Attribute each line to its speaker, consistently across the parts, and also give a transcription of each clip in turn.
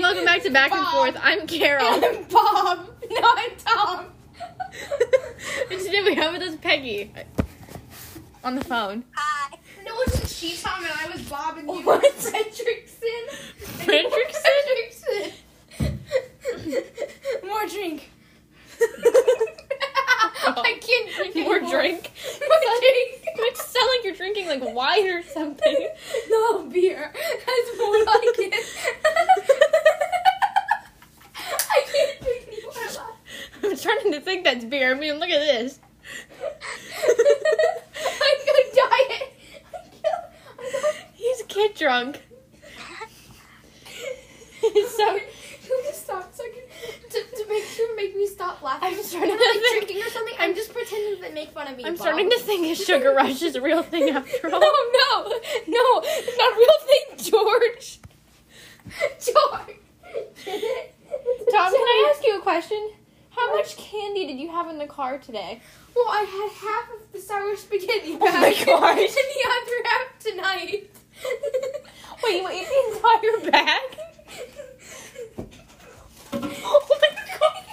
Speaker 1: Welcome back to Back and Forth. I'm Carol.
Speaker 2: I'm Bob, not Tom.
Speaker 1: and today we have with us Peggy on the phone.
Speaker 3: Hi.
Speaker 2: No, it was she, Tom, and I was Bob, and you
Speaker 1: What?
Speaker 2: were Fredrickson.
Speaker 1: Fredrickson?
Speaker 2: Fredrickson. More drink. I can't drink
Speaker 1: More
Speaker 2: anymore.
Speaker 1: drink.
Speaker 2: More drink.
Speaker 1: It sound like you're drinking like wine or something.
Speaker 2: No beer. That's more like it. I can't drink anymore.
Speaker 1: I'm starting to think that's beer. I mean, look at this.
Speaker 2: I'm gonna die. I'm gonna- I'm gonna-
Speaker 1: He's kid drunk.
Speaker 2: so you just stop so I can, to, to make sure make me stop laughing.
Speaker 1: I'm starting
Speaker 2: When
Speaker 1: to
Speaker 2: I'm, like,
Speaker 1: think-
Speaker 2: drinking or something. I'm just pretending that make fun of me.
Speaker 1: I'm
Speaker 2: Bob.
Speaker 1: starting to think a sugar rush is a real thing after all.
Speaker 2: No, no, no, it's not a real thing, George. George.
Speaker 1: Tom, can I ask you a question? How much candy did you have in the car today?
Speaker 2: Well, I had half of the sour spaghetti
Speaker 1: Oh my
Speaker 2: bag
Speaker 1: gosh.
Speaker 2: and the other half tonight.
Speaker 1: Wait, you ate the entire bag? Oh my god!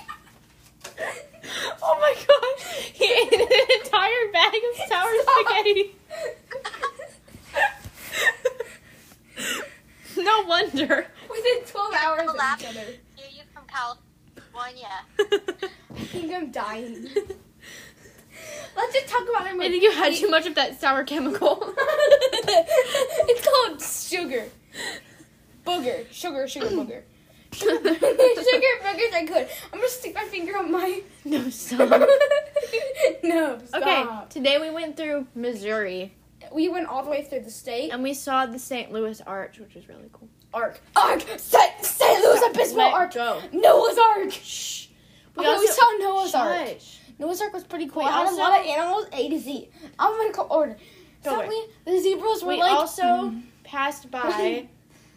Speaker 1: Oh my god! He ate an entire bag of sour spaghetti. No wonder.
Speaker 2: Within 12 hours of
Speaker 3: Laugh.
Speaker 2: each other.
Speaker 3: Hear you from California.
Speaker 2: I think I'm dying. Let's just talk about it.
Speaker 1: I think you had too much of that sour chemical.
Speaker 2: it's called sugar. Booger. Sugar, sugar, booger. sugar boogers are good. I'm gonna stick my finger on my.
Speaker 1: no, stop.
Speaker 2: no,
Speaker 1: Okay,
Speaker 2: stop.
Speaker 1: today we went through Missouri
Speaker 2: We went all the way through the state.
Speaker 1: and we saw the St. Louis Arch, which is really cool.
Speaker 2: Arc. Arc! St. St. Louis Abysmal
Speaker 1: Let
Speaker 2: Arc!
Speaker 1: go.
Speaker 2: Noah's Ark! Shh.
Speaker 1: We
Speaker 2: Oh, We, okay, we
Speaker 1: also-
Speaker 2: saw Noah's Ark.
Speaker 1: Shush.
Speaker 2: Noah's Ark was pretty cool.
Speaker 1: We
Speaker 2: I had a
Speaker 1: also-
Speaker 2: lot of animals A to Z. I'm gonna call order.
Speaker 1: Don't worry.
Speaker 2: Suddenly, the zebras were
Speaker 1: We
Speaker 2: like.
Speaker 1: also passed by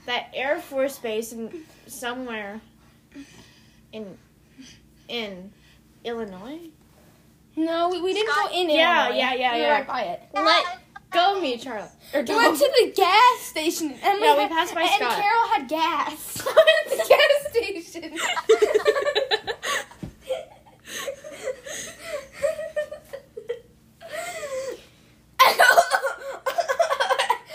Speaker 1: that Air Force base in somewhere in in Illinois.
Speaker 2: No, we, we didn't
Speaker 3: Scott-
Speaker 2: go in it.
Speaker 1: Yeah, yeah, yeah,
Speaker 2: we
Speaker 1: yeah.
Speaker 2: Were right by it.
Speaker 1: Let go of me, Charlie. Or
Speaker 2: We
Speaker 1: don't.
Speaker 2: went to the gas station. And Emily
Speaker 1: Yeah, we
Speaker 2: had-
Speaker 1: passed by
Speaker 2: and
Speaker 1: Scott.
Speaker 2: Carol had gas at the gas station.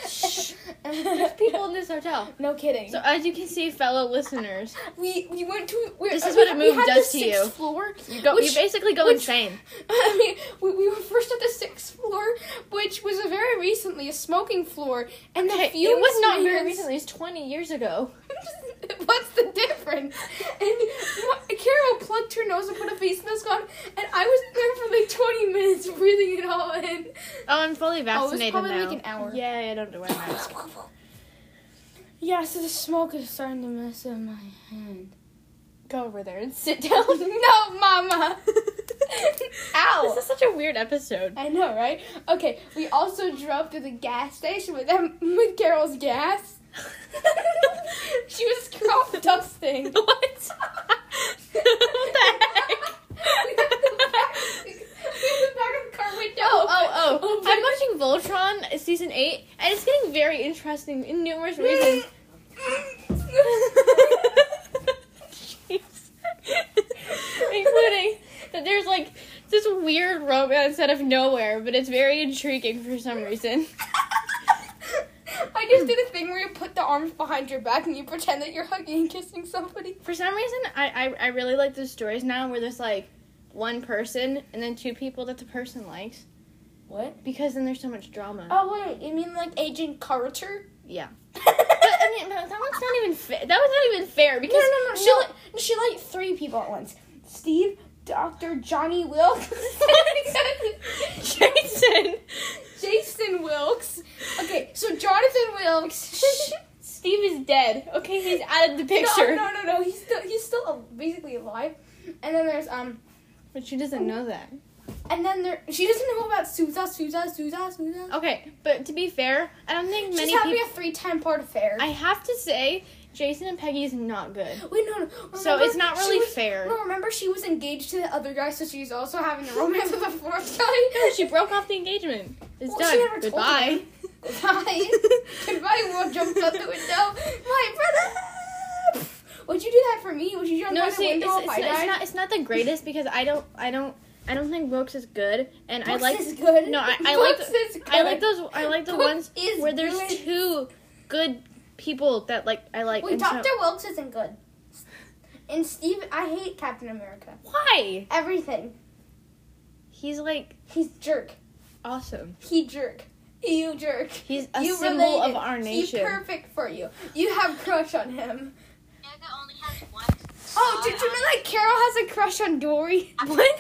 Speaker 1: Shh. There's people in this hotel.
Speaker 2: no kidding.
Speaker 1: So as you can see, fellow listeners,
Speaker 2: we we went to. We're,
Speaker 1: This is
Speaker 2: we, uh,
Speaker 1: what a
Speaker 2: we
Speaker 1: move
Speaker 2: had
Speaker 1: does
Speaker 2: the
Speaker 1: to
Speaker 2: sixth
Speaker 1: you.
Speaker 2: Floor,
Speaker 1: you go, you
Speaker 2: which-
Speaker 1: basically go
Speaker 2: which-
Speaker 1: insane.
Speaker 2: I mean, we, we were first at the sixth floor, which was a very recently a smoking floor, and the
Speaker 1: Okay,
Speaker 2: fumes
Speaker 1: it was not very
Speaker 2: made us-
Speaker 1: recently. It's 20 years ago.
Speaker 2: What's the difference? And what, Carol plugged her nose and put a face mask on, and I was there for like 20 minutes breathing it all in.
Speaker 1: Oh, I'm fully vaccinated
Speaker 2: probably
Speaker 1: now.
Speaker 2: like an hour.
Speaker 1: Yeah, I don't know where I'm at.
Speaker 2: Yeah, so the smoke is starting to mess up my hand.
Speaker 1: Go over there and sit down.
Speaker 2: no, Mama! Ow!
Speaker 1: This is such a weird episode.
Speaker 2: I know, right? Okay, we also drove to the gas station with them with Carol's gas. she was crop dusting.
Speaker 1: What? what
Speaker 2: We went to the back- we went to the back of the car window.
Speaker 1: Oh, oh, oh.
Speaker 2: Open.
Speaker 1: I'm watching Voltron season 8, and it's getting very interesting in
Speaker 2: oh,
Speaker 1: numerous reasons. Jeez. Including that there's like this weird romance out of nowhere, but it's very intriguing for some reason.
Speaker 2: I just did a thing where you put the arms behind your back and you pretend that you're hugging and kissing somebody.
Speaker 1: For some reason, I, I, I really like the stories now where there's like one person and then two people that the person likes
Speaker 2: What?
Speaker 1: because then there's so much drama.
Speaker 2: Oh wait, you mean like Agent Carter?
Speaker 1: Yeah. But I mean, that that one's not even fair. That was not even fair because
Speaker 2: No, no, no.
Speaker 1: she
Speaker 2: She,
Speaker 1: like-
Speaker 2: Like, she liked three people at once. Steve, Dr. Johnny Wilkes.
Speaker 1: Jason,
Speaker 2: Jason Wilkes. Okay, so Jonathan Wilkes.
Speaker 1: Steve is dead. Okay, he's out of the
Speaker 2: no,
Speaker 1: picture.
Speaker 2: no, no, no. He's still he's still al- basically alive. And then there's um
Speaker 1: But she doesn't know that.
Speaker 2: and then there she doesn't know about Souza, Souza, Souza, Souza.
Speaker 1: Okay, but to be fair, I don't think
Speaker 2: She's
Speaker 1: many
Speaker 2: having
Speaker 1: people.
Speaker 2: a three time part affair.
Speaker 1: I have to say, Jason and Peggy is not good.
Speaker 2: Wait, no, no.
Speaker 1: So
Speaker 2: Remember,
Speaker 1: it's not
Speaker 2: she
Speaker 1: really
Speaker 2: was-
Speaker 1: fair.
Speaker 2: No, remember she was engaged to the other guy, so she's also having a romance with the fourth guy.
Speaker 1: She broke off the engagement. It's
Speaker 2: Well, she
Speaker 1: done.
Speaker 2: never told
Speaker 1: Goodbye.
Speaker 2: Goodbye. Goodbye, Will jumped out the window. My brother! Would you that for me? Would you jump
Speaker 1: No,
Speaker 2: out the
Speaker 1: see, it's,
Speaker 2: window
Speaker 1: it's,
Speaker 2: if I died?
Speaker 1: it's not it's not the greatest because I don't I don't I don't think Brooks is good, and I
Speaker 2: Books
Speaker 1: like
Speaker 2: is good.
Speaker 1: no, I- I like
Speaker 2: Books
Speaker 1: the-
Speaker 2: is
Speaker 1: I like
Speaker 2: good.
Speaker 1: those I like the
Speaker 2: Books
Speaker 1: ones
Speaker 2: is
Speaker 1: where there's
Speaker 2: good.
Speaker 1: two good people that like I like.
Speaker 2: Wait,
Speaker 1: and so-
Speaker 2: Doctor Wilkes isn't good. And Steve, I hate Captain America.
Speaker 1: why?
Speaker 2: Everything.
Speaker 1: He's like
Speaker 2: He's jerk.
Speaker 1: awesome.
Speaker 2: He jerk. You jerk.
Speaker 1: He's a
Speaker 2: you
Speaker 1: symbol
Speaker 2: related.
Speaker 1: of our
Speaker 2: He's
Speaker 1: nation.
Speaker 2: perfect for you. You have crush on him.
Speaker 3: Yoga only has one.
Speaker 2: Oh, did you mean like Carol has a crush on Dory?
Speaker 1: What?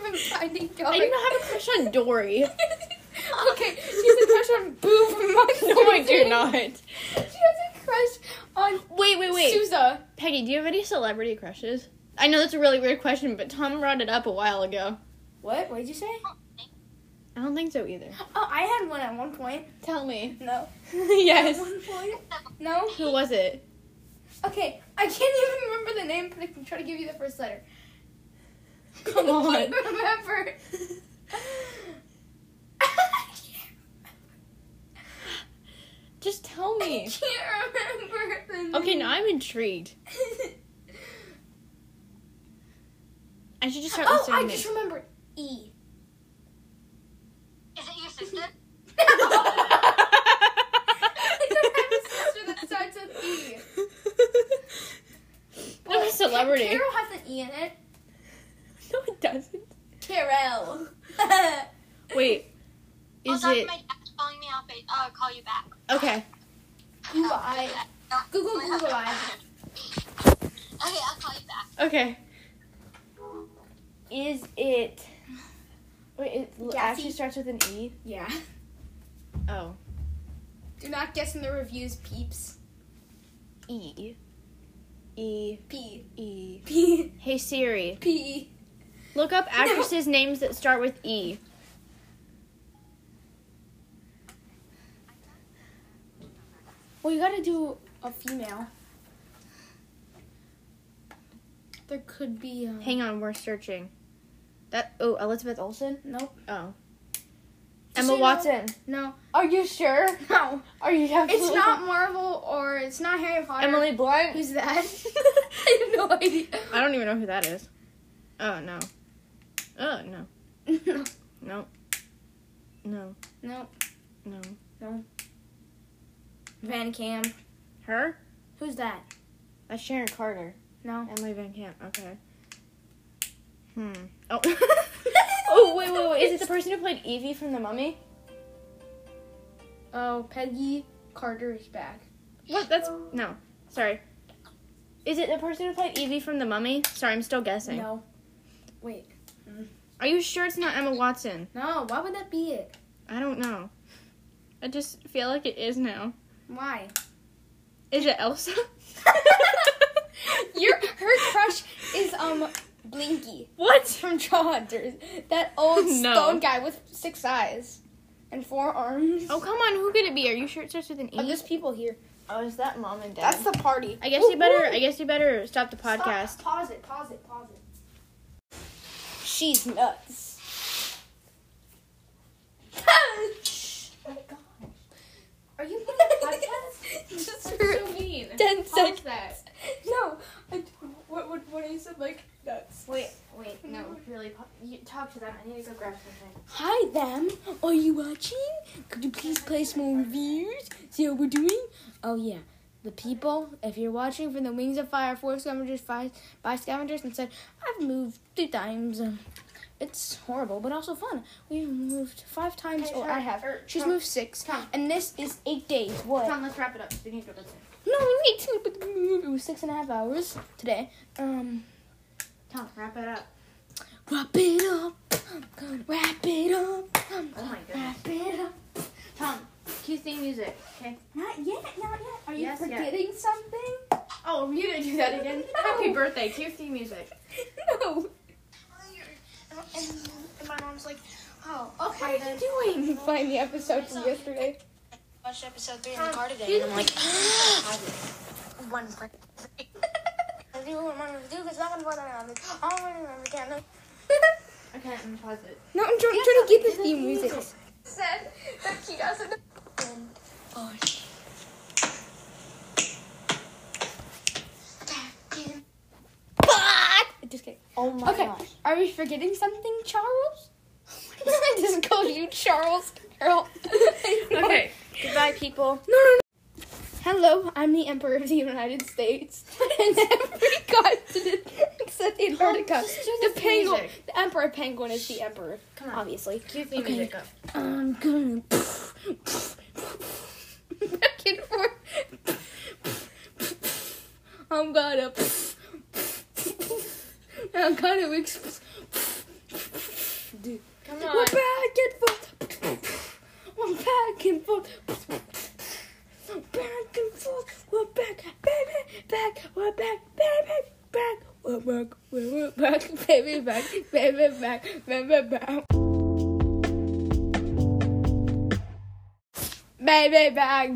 Speaker 2: From Finding
Speaker 1: I
Speaker 2: Dory.
Speaker 1: do not have a crush on Dory.
Speaker 2: okay, she has a crush on Boo from Monster
Speaker 1: no, I do
Speaker 2: Inc.
Speaker 1: not.
Speaker 2: She has a crush on
Speaker 1: Wait, wait, wait.
Speaker 2: Sousa.
Speaker 1: Peggy, do you have any celebrity crushes? I know that's a really weird question, but Tom brought it up a while ago.
Speaker 2: What? What did you say?
Speaker 3: Oh,
Speaker 1: I don't think so either.
Speaker 2: Oh, I had one at one point.
Speaker 1: Tell me.
Speaker 2: No.
Speaker 1: yes.
Speaker 2: At one point. No.
Speaker 1: Who was it?
Speaker 2: Okay, I can't even remember the name, but I can try to give you the first letter.
Speaker 1: Come
Speaker 2: I
Speaker 1: on.
Speaker 2: can't remember.
Speaker 1: Just tell
Speaker 2: I
Speaker 1: me.
Speaker 2: can't remember the name.
Speaker 1: Okay, now I'm intrigued. I should just start
Speaker 2: oh,
Speaker 1: listening.
Speaker 2: I just remembered E.
Speaker 3: Is it your sister?
Speaker 2: I don't have a sister that starts with E.
Speaker 1: I'm a celebrity.
Speaker 2: Carol has an E in it.
Speaker 1: No, it doesn't.
Speaker 2: Carol.
Speaker 1: Wait.
Speaker 3: Well,
Speaker 1: Is
Speaker 3: that's
Speaker 1: it
Speaker 3: Oh, my dad's calling me out, but I'll call you back.
Speaker 1: okay?
Speaker 2: Goodbye. Google, Google eye.
Speaker 3: Okay, I'll call you back.
Speaker 1: Okay. Is it? Wait, it l-
Speaker 2: Gassy?
Speaker 1: actually starts with an E.
Speaker 2: Yeah.
Speaker 1: Oh,
Speaker 2: Do not guess in the reviews, peeps.
Speaker 1: E. E
Speaker 2: P.
Speaker 1: E.
Speaker 2: P.
Speaker 1: Hey Siri,
Speaker 2: P. E.
Speaker 1: look up actresses' names that start with E.
Speaker 2: Well, you gotta do a female. There could be. Um,
Speaker 1: Hang on, we're searching. That oh Elizabeth Olsen.
Speaker 2: Nope.
Speaker 1: Oh.
Speaker 2: Just
Speaker 1: Emma
Speaker 2: so you know-
Speaker 1: Watson.
Speaker 2: No.
Speaker 1: Are you sure?
Speaker 2: No.
Speaker 1: Are you
Speaker 2: It's not Marvel or it's not Harry Potter.
Speaker 1: Emily Blunt?
Speaker 2: Who's that? I have no idea.
Speaker 1: I don't even know who that is. Oh no. Oh no.
Speaker 2: No.
Speaker 1: No. No.
Speaker 2: No.
Speaker 1: No.
Speaker 2: Van Cam.
Speaker 1: Her?
Speaker 2: Who's that?
Speaker 1: That's Sharon Carter.
Speaker 2: No.
Speaker 1: Emily Van Camp. Okay. Hmm. Oh. oh wait wait wait. Is it the person who played Evie from The Mummy?
Speaker 2: Oh, Peggy Carter is back.
Speaker 1: What? That's no. Sorry. Is it the person who played Evie from The Mummy? Sorry, I'm still guessing.
Speaker 2: No. Wait.
Speaker 1: Are you sure it's not Emma Watson?
Speaker 2: No, why would that be it?
Speaker 1: I don't know. I just feel like it is now.
Speaker 2: Why?
Speaker 1: Is it Elsa?
Speaker 2: Your her crush is um Blinky
Speaker 1: What?
Speaker 2: from Jawhunters. That old
Speaker 1: No.
Speaker 2: stone guy with six eyes and four arms.
Speaker 1: Oh come on, who could it be? Are you sure it starts with an E?
Speaker 2: Oh, there's people here.
Speaker 1: oh, is that mom and dad?
Speaker 2: That's the party.
Speaker 1: I guess
Speaker 2: Woo,
Speaker 1: you better.
Speaker 2: woo.
Speaker 1: I guess you better stop the
Speaker 2: Stop.
Speaker 1: podcast.
Speaker 2: Pause it. Pause it. Pause it. She's nuts. oh my god. Are you making a podcast? Just for
Speaker 1: mean.
Speaker 2: ten seconds.
Speaker 1: that.
Speaker 2: No, I, what what what I said like nuts.
Speaker 1: Wait, wait, no, really. pa- You talk to them. I need to go grab something.
Speaker 2: Hi them. Are you watching? Could you please place more reviews? See how we're doing? Oh yeah. The people, if you're watching from the Wings of Fire, four scavengers, five by scavengers, and said, I've moved two times. Um, It's horrible, but also fun. We've moved five times,
Speaker 1: Okay,
Speaker 2: or
Speaker 1: sure,
Speaker 2: I have.
Speaker 1: sure,
Speaker 2: She's
Speaker 1: come.
Speaker 2: moved six,
Speaker 1: Come.
Speaker 2: and this is eight days. What?
Speaker 1: Come, let's wrap it up. We need to go listen.
Speaker 2: No, we need to. But it was six and a half hours today. Um.
Speaker 1: Tom, wrap it up.
Speaker 2: Wrap it up. I'm gonna wrap it up. I'm
Speaker 1: Oh my
Speaker 2: gonna
Speaker 1: goodness.
Speaker 2: wrap it up.
Speaker 1: Tom, cue theme music, okay?
Speaker 2: Not yet, not yet. Are you
Speaker 1: Yes, yet.
Speaker 2: forgetting something?
Speaker 1: Oh, are you gonna do that again?
Speaker 2: No.
Speaker 1: Happy birthday, cue theme music.
Speaker 2: No.
Speaker 3: And, and my mom's like, oh,
Speaker 2: What are you doing? Find the episode from yesterday.
Speaker 3: watched episode three in the car today,
Speaker 1: Excuse
Speaker 3: and I'm like, Um, one for I do remember to do because I'm gonna remember. I don't remember again.
Speaker 1: Okay, I'm gonna pause it.
Speaker 2: no, I'm trying, trying to get the theme music.
Speaker 3: Said that she doesn't. And push. Back in Oh my
Speaker 2: okay,
Speaker 3: gosh.
Speaker 2: are we forgetting something, Charles? I just called you Charles Carol.
Speaker 1: Okay. Goodbye, people.
Speaker 2: No, no, no. Hello, I'm the Emperor of the United States. and every continent except Antarctica. the penguin.
Speaker 1: music.
Speaker 2: The Emperor Penguin is the Emperor,
Speaker 1: Come on.
Speaker 2: obviously.
Speaker 1: Cue theme
Speaker 2: Okay.
Speaker 1: music up.
Speaker 2: I'm gonna. Back and forth. I'm gonna. I'm gonna. Exp-
Speaker 1: Come
Speaker 2: we're
Speaker 1: on.
Speaker 2: back and forth. We're back and forth. Back and forth. We're back, baby, back. We're back, baby, back. We're back, we're back, baby, back, baby, back, baby, back. Baby back,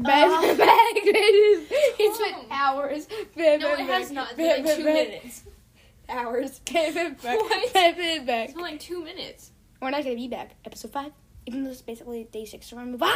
Speaker 2: baby
Speaker 1: Oh.
Speaker 2: back. It is, it's been hours. Baby
Speaker 1: No, it
Speaker 2: back,
Speaker 1: has not. It's
Speaker 2: baby
Speaker 1: been like two
Speaker 2: back,
Speaker 1: minutes.
Speaker 2: Hours. Baby back,
Speaker 1: What?
Speaker 2: baby back.
Speaker 1: It's been like two minutes.
Speaker 2: We're not gonna be back. Episode five. Even though it's basically day six, so we're gonna move on.